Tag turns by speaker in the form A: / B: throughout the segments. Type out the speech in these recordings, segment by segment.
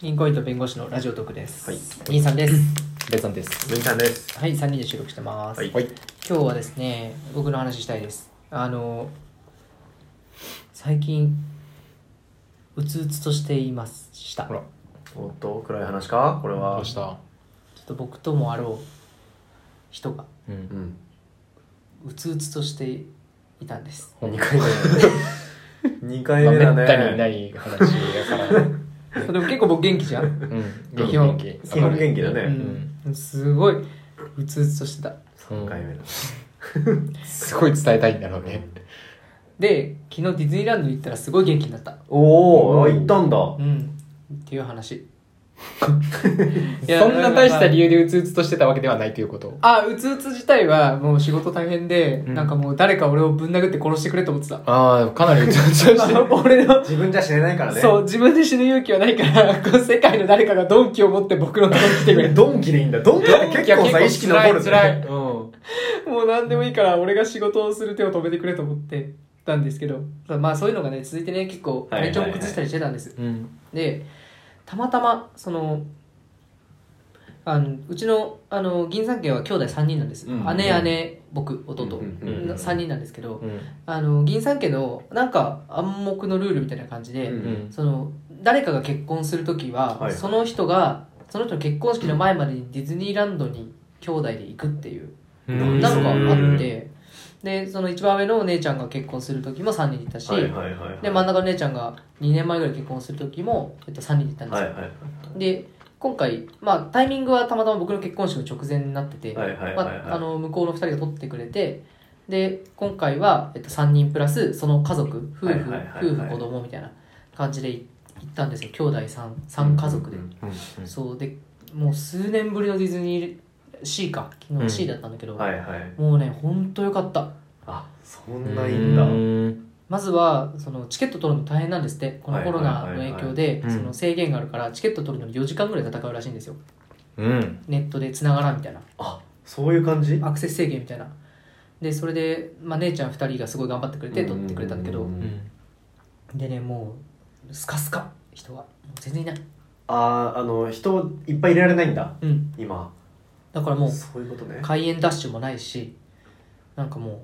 A: 銀行員と弁護士のラジオトークです。
B: はい
A: 兄さんです。
C: ベンさんです。
B: 文ちゃんです。
A: はい、3人で収録してます。
B: はい
C: はい。
A: 今日はですね、僕の話したいです。あの、最近、うつうつとしていました。
C: ほ
A: ちょ
C: ら、
B: おっと、暗い話かこれ
C: ど
B: は
C: う。した
A: っと僕ともあろう人が、
C: うん
B: う。ん。
A: うつうつとしていたんです。
C: ほん
B: 2
C: ま
B: 回目。2回
C: まあ
B: 目
C: め
B: だ
C: ったにな
B: ね。
C: い話やから。うん。
A: でも結構僕元気じゃん。
C: 元気
A: 基本
C: 元気。
B: 基本元気だ
A: う
B: ね。
A: ん。すごい、うつうつとしてた。
B: 3回目だ。
C: すごい伝えたいんだろうね。
A: で、昨日ディズニーランド行ったらすごい元気になった。
B: お
C: お
B: お、
C: ー
B: 行ったんだ。
A: うん。っていう 話。いや
C: そんな大した理由でうつうつとしてたわけではないということ。
A: あ、うつうつ自体はもう仕事大変で、
C: ん
A: なんかもう誰か俺をぶん殴って殺してくれと思ってた。
C: ああ、かなりうつうつとして
A: 俺の、
B: 自分じゃ死ねないからね。
A: そう、自分で死ぬ勇気はないから、この世界の誰かが鈍器を持って僕のとこに来てく れ。
B: ドンキでいいんだ。ドンキって結構さ、意識残る
C: つらい。
B: ね。
C: 辛いうん。
A: もう何でもいいから俺が仕事をする手を止めてくれと思ってたんですけど、まあそういうのがね、続いてね、結構体調を崩したりしてたんです。
C: うん。
A: で、たまたま、その、あのうちのあの銀山家は兄弟3人なんです、
B: うん
A: 姉
B: うん
A: 姉僕弟、の
B: うん
C: うん
A: 3人なんですけど、
C: うん。
A: あの銀三家のなんか暗黙のルールみたいな感じで、
B: うん
C: うん。
A: その誰かが結婚する時は、
B: はい
A: その人がその人の結婚式の前までにディズニーランドに兄弟で行くっていう
B: うん
A: なんかあっ
B: う
A: てでその一番上のお姉ちゃんが結婚する時も3人でいたし、
B: はいはいはいはい。
A: で真ん中の姉ちゃんが2年前ぐらい結婚する時も、えっと、3人でいたんです
B: は
A: よ、
B: いはい。
A: で今回、まあ、タイミングはたまたま僕の結婚式の直前になってて、
B: はいはいはい
A: ま
B: はい。
A: あ、あの向こうの2人が撮ってくれてで今回は、えっと、3人プラスその家族夫婦、
B: はいはいはいはい
A: 夫婦子供みたいな感じでい行ったんですよ兄弟三三家族で、
B: うん
A: そうでもう数年ぶりのディズニー C か昨
C: う
A: 日
C: ん
A: C だったんだけど、
B: はいはい。
A: もうねほんとよかった
B: あ、そ
C: うん
B: ないんだ。
A: まずはそのチケット取るの大変なんですってこのコロナの影響で
C: はいはいはいはい
A: その制限があるからチケット取るのに4時間ぐらい戦うらしいんですよ
C: うん。
A: ネットで繋がらんみたいな
B: あ、そういう感じ
A: アクセス制限みたいなでそれで、まあ、姉ちゃん2人がすごい頑張ってくれて撮ってくれたんだけ
B: う
A: ど
B: う
C: うん。
A: でねもうスカスカ人がもう全然いない
B: あー、あの、人いっぱい入れられないんだ。
A: うん
B: 今。
A: だからもう
B: そういうことね。
A: 開園ダッシュもないしなんかもう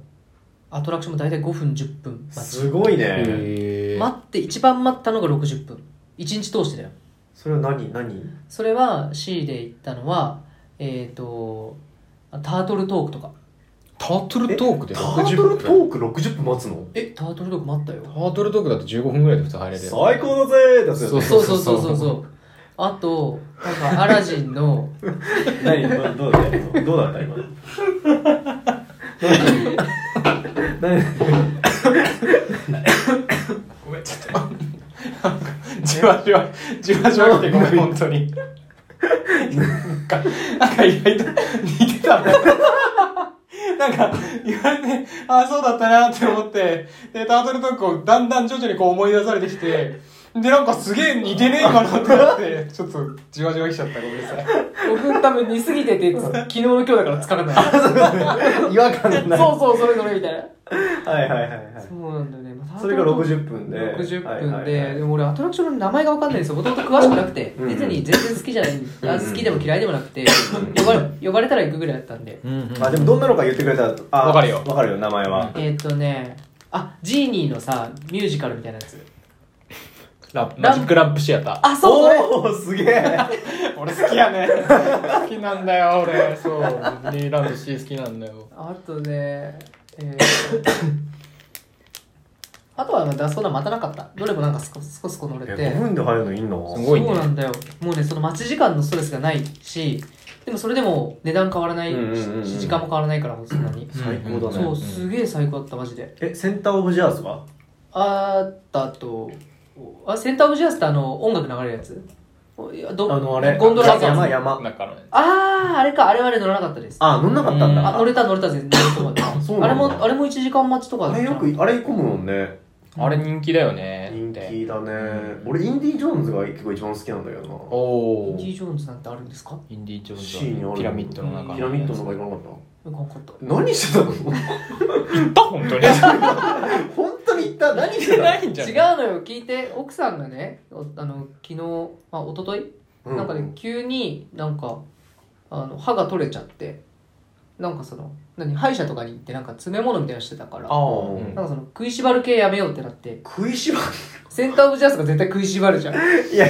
A: アトラクションも大体5分10分待ち
B: すごいね。
C: へー
A: 待って一番待ったのが60分1日通してだよ
B: それは何何
A: それは C で行ったのはえっ、とタートルトークとか
C: タートルトークで
B: タ
C: 60
B: ートルトーク60分待つの
A: えタートルトーク待ったよ
C: タートルトークだと15分ぐらいで普通入れるよ。
B: 最高だぜだ
C: そう
A: そうそうそうそうそうあとなんかアラジンの
B: 何どうだったどうだった今の何
C: ごめん、ちょっと。じわじわ、じわじわ来てごめん、本当に。なんか、なんか意外と似てたね。なんか、言われて、ああ、そうだったなって思って、で、タートルトークをだんだん徐々にこう思い出されてきて、で、なんかすげえ似てねえ今のってなって、ちょっとじわじわ来ちゃった、ごめんなさい。
A: 僕多分似すぎてて昨日の今日だから疲れない
B: 違和感がない
A: そうそうそれそれみたいな
B: はいはいはいはい
A: そうなんだよね、まあ
B: それが60分で
A: 60
B: はい
A: 分
B: はい
A: で、
B: はい
A: でも俺アトラクションの名前が分かんないんですよもともと詳しくなくて、
B: うん
A: ディズニー全然好きじゃない、あ
B: うん
A: 好きでも嫌いでもなくて、呼ばれ呼ばれたら行くぐらいだったんで、
B: あでもどんなのか言ってくれたらあ
C: わかるよ
B: わかるよ名前は
A: えーっ、とねあジーニーのさミュージカルみたいなやつ
C: ラ
A: マジック
C: ランプシアタ
A: あそうそれ
B: おおすげえ
C: ー。俺好きやね。好きなんだよ、俺。そう。ディズニーランド C 好きなんだよ。
A: あとねえー あとはまあ出そうな待たなかったどれもなんかすこすこすこ乗れて
B: 5分で入るのいいの
C: すごいね
A: そうなんだよもうねその待ち時間のストレスがないしでもそれでも値段変わらないし、
B: うんうんうんうん
A: 時間も変わらないからそんなに、
B: 最高だね
A: そうすげえ最高だったマジで
B: えセンターオブジェアーズは
A: あったとあセンターオブジェアスってあの音楽流れるやつおいやど
B: あのあれ
A: ゴンドラみたいな
B: 山
A: やつ
B: 山
C: だからね。
A: あーあれかあれはあれ乗らなかったですあ
B: あ乗んなかったんだ
A: 乗れた乗れた全然乗れた
B: そう
A: あ
B: な
A: れ
B: んだ
A: もあれも1時間待ちとか
B: あれよくあれ込むもんね
C: あれ人気だよね。
B: 人
C: って
B: 気だね俺インディ・ジョーンズが結構一番好きなんだけど
C: お
A: イン
C: お
A: デ。ィ・ジョーンズなんてあるんですか
C: インディ・ジョ
B: な
C: ーンズ
B: シーンにあ
C: の
B: る
C: ピラミッドの中の
B: ピラミッドの中行かなかっ
A: よくわかった
B: 何してたの
C: 行った本当に
B: 本当に言った何
C: 行
B: し
C: ってて
B: たの
C: ないんじゃ
A: 違う
C: ない
A: のよ聞いて奥さんがねおあの昨日、まあ、一昨日
B: う
A: なんかね急になんかあの歯が取れちゃってなんかその何歯医者とかに行ってなんか詰め物みたいなのしてたから
C: あ
A: な
C: あ、うん
A: んかその食いしばる系やめようってなって
B: 食いしば
A: センターオブジャスが絶対食いしばるじゃん
B: いや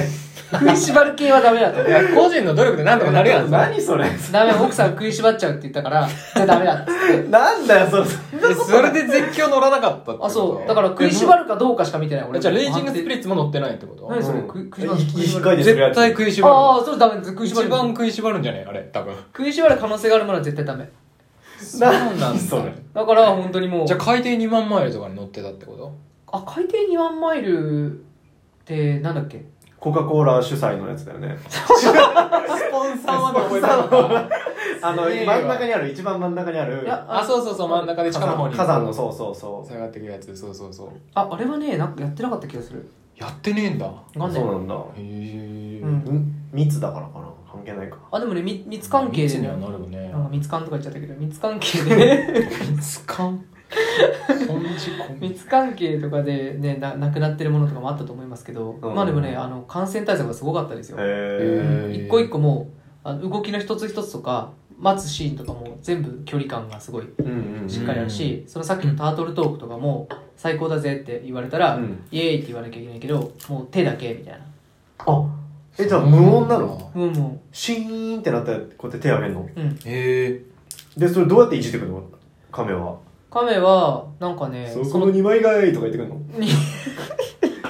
A: 食いしばる系はダメだと
C: いや個人の努力でなんとかなるやんさ
B: 何それ
A: ダメ奥さん食いしばっちゃうって言ったからじゃあダメだっつって
B: なんだよそれ
C: え それで絶叫乗らなかったってこと
A: あそうだから食いしばるかどうかしか見てない
C: え
A: 俺
C: じゃあレイジングスピリ
A: ッ
C: ッツも乗ってないってこと
A: 何それ
B: うん
A: 食い食いしばる
B: い
A: 食いしばる
B: 控えて
C: 絶対食いしば
A: ああそれダメです食
C: る
A: いしばる
C: 一番食いしばるんじゃねえあれ多分
A: 食いしばる可能性があるものは絶対ダメ
C: そうなんだ
B: 何それ
A: だから本当にもう
C: じゃあ海底2万マイルとかに乗ってたってこと
A: あ海底2万マイルってなんだっけ
B: コカ・コーラ主催のやつだよね
C: スポンサ
B: ーはどこに
C: た
B: あの
C: すげえ
B: 真
C: わ
B: ん中にある一番真ん中にある
A: いや
C: あそうそうそう真ん中で
B: 火
C: 地下の方
B: 山
C: に
B: 火山のそうそうそう
C: 下がってくるやつそうそうそう
A: ああれはねなんかやってなかった気がする
C: やってねえんだへ
A: わかんない
B: そうなんだ
C: え
A: うん
B: ん密だからかな関係ないか
A: あでもねみ密関係で
C: に
A: ね
C: はなるよね
A: なんか密関とか言っちゃったけど密関係でね
C: 密感本事 故
A: 密関係とかでねななくなってるものとかもあったと思いますけど、
B: うん
A: まあでもねあの感染対策がすごかったですよ
B: へえ
A: 一個一個もうあの動きの一つ一つとか待つシーンとかも全部距離感がすごい
B: うんうん
A: しっかりあるし、そのさっきのタートルトークとかも最高だぜって言われたら、
B: うん
A: イエーイって言わなきゃいけないけどもう手だけみたいな
B: あえじゃあ無音なの
A: もうも
B: シーンってなったらこうやって手上げるの
A: ううん
C: へえ
B: でそれどうやっていじってくるの亀は
A: 亀はなんかね
B: そうこの二枚貝とか言ってくるの
A: に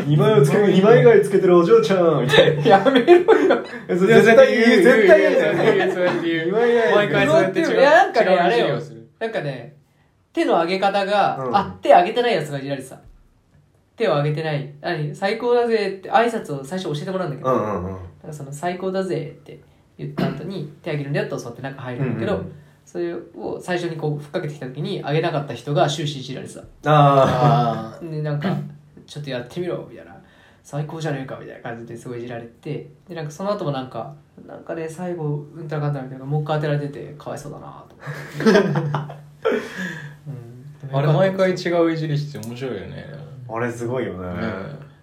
B: 二枚をつける二枚貝つけてるお嬢ちゃんみたいな
A: やめろよ
B: えそれ絶対言う絶対言う
C: そう
B: 絶対言う
C: やって言うそうやって言う
B: 二枚貝
C: 毎回そうやって違う
A: いやなんかね
C: 違う
A: あれよ
C: 授業する
A: なんかね手の上げ方が、
B: うん
A: あ手上げてないやつがいじられてた手を上げてない何最高だぜって挨拶を最初教えてもらうんだけ
B: う
A: ど、
B: んうんうん
A: なんかその最高だぜって言った後に手上げるんだよって教わって中入るんだけど、
B: うんうん
A: それを最初にこうふっかけてきた時に上げなかった人が終始いじられてた
B: あ
C: あ
A: でなんかちょっとやってみろみたいな最高じゃねえかみたいな感じですごいいじられてでなんかその後もなんかなんかね最後うんたらかんたらみたいなもう一回当てられててかわいそうだなと思 って、うん、
C: あれ毎回違ういじりして面白いよね
B: ああれすごいよね
C: ね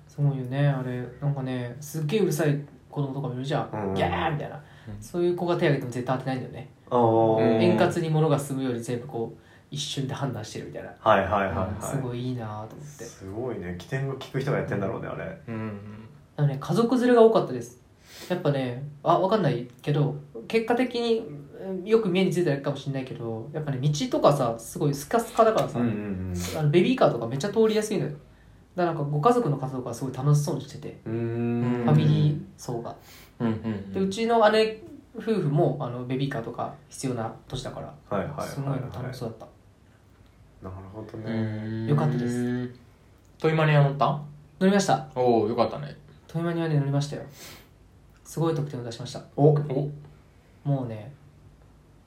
A: そうよねあれなんかねすっげえうるさい子供とかもいるじゃん、
B: うん
A: ギャーみたいな、
C: うん
A: そういう子が手挙げても絶対当てないんだよね、
B: ああ
C: うん
A: 円滑に物が進むより全部こう一瞬で判断してるみたいな、
B: はいはいはいはい
A: すごいいいなと思って
B: すごいね起点を聞く人がやってんだろうねあれ
C: うん
A: あのね、家族連れが多かったです。やっぱね、あ、わかんないけど、結果的にうんよく目についてないかもしれないけど、やっぱね、道とかさ、すごいスカスカだからさ、
B: ん
A: あのベビーカーとかめっちゃ通りやすいのよ。だからなんかご家族の方とかすごい楽しそうにしてて、
B: うんうん
A: ファミリー層が。
C: うんうん
A: で、うちの姉夫婦もあのベビーカーとか必要な年だから、
B: はいはいはいはい
A: すごいの楽しそうだった。
B: なるほど
C: う
B: ね
C: ん
A: よかったです
C: トイマニア乗った
A: 乗りました。
C: おおよかったね
A: トイマニアに乗りましたよ。すごい得点を出しました。
B: お
C: お
A: もうね、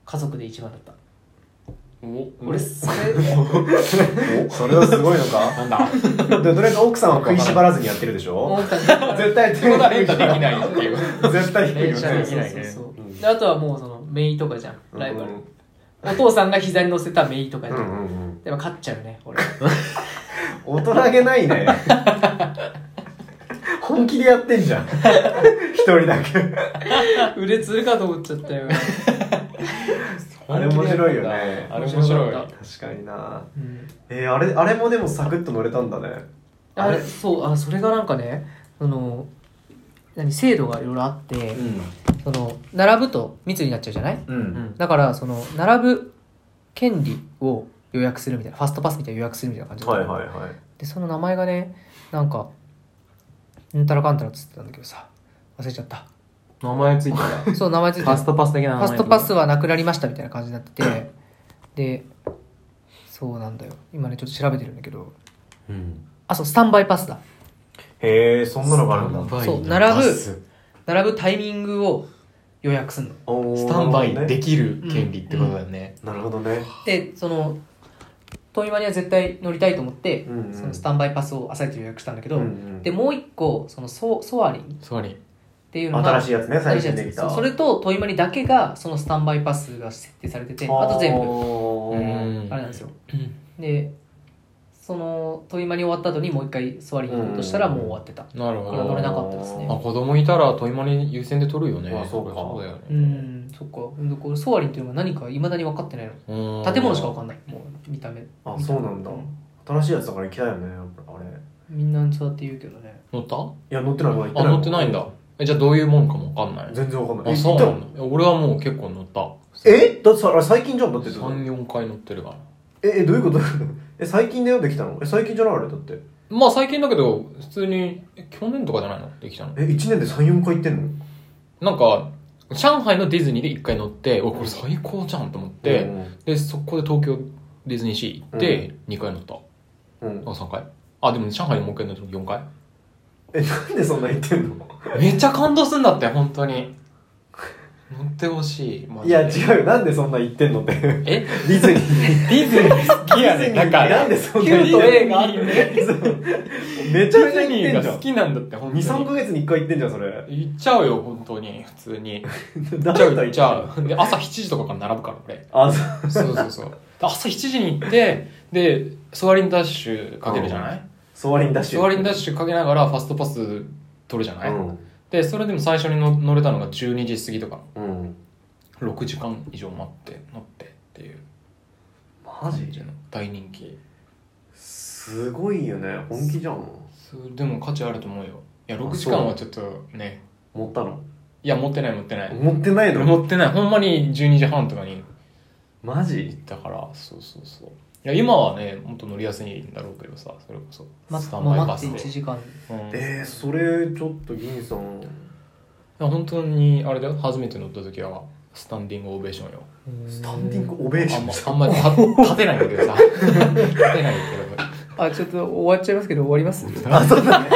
A: 家族で一番だった。
C: お
A: 俺、それ、
B: それはすごいのか
C: なんだ
B: でとりあえず奥さんは食いしばらずにやってるでしょ
A: 思ったんだ
B: 絶対
C: 手が連打できないっていう
B: 絶対低い
A: 連
B: よ
A: 射
B: ね
A: できないねそうそうそう
B: うん
A: であとはもうそのメイとかじゃんライバル、お父さんが膝に乗せたメイとか
B: う
A: じ
B: ん
A: ゃ、
B: うんんうん
A: でも勝っちゃうね俺
B: 大人げないね本気でやってんじゃん一人だけ
A: 腕つるかと思っちゃったよ、
B: あれ面白いよね
C: あれ面白い
A: 面白かった
B: 確かにな
A: うん
B: えー、あれあれもでもサクッと乗れたんだね
A: あ
B: あ
A: れ
B: れ
A: そうあそれがなんかねその何制度がいろいろあって、
B: ん
A: その並ぶと密になっちゃうじゃない
B: うん、
C: うん
A: だからその並ぶ権利を予約するみたいなファストパスみたいな予約するみたいな感じだった
B: はいはいはい
A: でその名前がねなんかうんたらかんたらっつってたんだけどさ忘れちゃった
C: 名前ついてた
A: そう名前ついてる
C: ファストパス的な名
A: ファ
C: 前
A: ストパスはなくなりましたみたいな感じになってて でそうなんだよ今ねちょっと調べてるんだけど
B: うん
A: あそうスタンバイパスだ
B: へえそんなのがあるんだ
A: バイそう並ぶ並ぶタイミングを予約するの
B: おー
C: スタンバイ
B: なるほど
C: で
B: ね
C: きる権利ってことだよね
B: なるほどね
A: でそのトイマニア絶対乗りたいと思って、
B: うんうん
A: そのスタンバイパスを朝一予約したんだけど、
B: うんうん
A: でもう一個そのソソアリン
C: ソアリン
A: っていうのが
B: 新しいやつね、
A: 新
B: 最
A: しい
B: 近
A: や
B: で
A: つ
B: きた。
A: そうそれとトイマニだけがそのスタンバイパスが設定されててあと全部
B: 部
C: うん
A: あれなんですよ
C: うん
A: でそのトイマニ終わった後にもう一回座りに行こうとしたらもう終わってた
C: なるほ
A: これは乗れ
C: ど
A: なかったですね
C: あ子供いたら問いまに優先で取るよね
B: あそうか
C: そうだよね
A: うんそっかでこれソアリンっていうのが何かいまだに分かってないの
C: うん
A: 建物しか分かんないもう見た目
B: あそうなんだ新しいやつだから行きたいよねやっぱあれい
A: みんなそうやって言うけどね
C: 乗った
B: や乗ってないまだ行って
C: あ
B: ない
C: 乗ってないんだえじゃあどういうもんかもわかんない
B: 全然わかんないえ
C: あそう
B: 行
C: な
B: っ
C: んだ俺はもう結構乗った
B: たのえだってさあれ最近じゃんだって
C: 34回乗ってるから
B: ええどういうこと え最近だよできたのえ最近じゃないあれだって
C: まあ最近だけど普通にえ去年とかじゃないのできたの
B: え一年で三四回行ってんの
C: なんか上海のディズニーで1回乗っておこれ最高じゃんと思って、
B: うん
C: でそこで東京ディズニーシー行って2回乗った、
B: うん
C: あ3回あでも上海でもう1回乗った4回
B: えなんでそんな行ってんの
C: めっちゃ感動すんだって本当に乗ってほしいマ
B: い
C: ジで
B: や違うよなんでそんな行ってんのってデ
C: え
B: ィズニー
C: ディズニー好きやね
B: ディズニー
C: だから
B: なんでそん
A: キュ
B: な
A: ー
B: 行
A: ト
B: って
A: A
B: ん
A: があってね
B: のめ
C: デ
B: ちゃめちゃ
C: ィズニ
B: 行って
C: ー
B: んじゃ
C: が好
B: ん
C: きなんだって本当に
B: 23ヶ月に1回行ってんじゃんそれ
C: 行っちゃうよ本当に普通に行っち ゃ
B: 誰と
C: う行
B: 行
C: っ
B: っ
C: ち
B: ちゃう
C: ゃうで朝7時とかから並ぶから俺
B: あそう
C: そうそうそうで朝7時に行ってでソアリンダッシュかけるじゃない
B: ソワリンダッシュ
C: ソアリンダッシュかけながらファストパス取るじゃない、
B: うん
C: でそれでも最初にの乗れたのが12時過ぎとか
B: うん
C: 6時間以上待って乗ってっていう
B: マジ
C: の大人気
B: すごいよね本気じゃん
C: そうでも価値あると思うよいや6時
B: そう
C: 間はちょっとね
B: 持ったの
C: いや持ってない持ってない
B: 持ってないの
C: 持ってないほんまに12時半とかに
B: マ
C: 行
B: ジ
C: ったからそうそうそういや今はねもっと乗りやすいんだろうけどさそれこそ
A: ま
C: スタンバイ
A: 待
C: バ
A: っ
C: ス
A: て
C: で、
A: 1時間
C: うんい
B: えー、それちょっと銀さん
C: や本当にあれだよ初めて乗った時はスタンディングオベーションよ
B: スタンディングオベーシ
C: あ
B: ョ
C: んま
B: ンさ
C: あんまり立立てないんだけどさ立てないけど
A: あちょっと終わっちゃいますけど終わります
B: あそうだね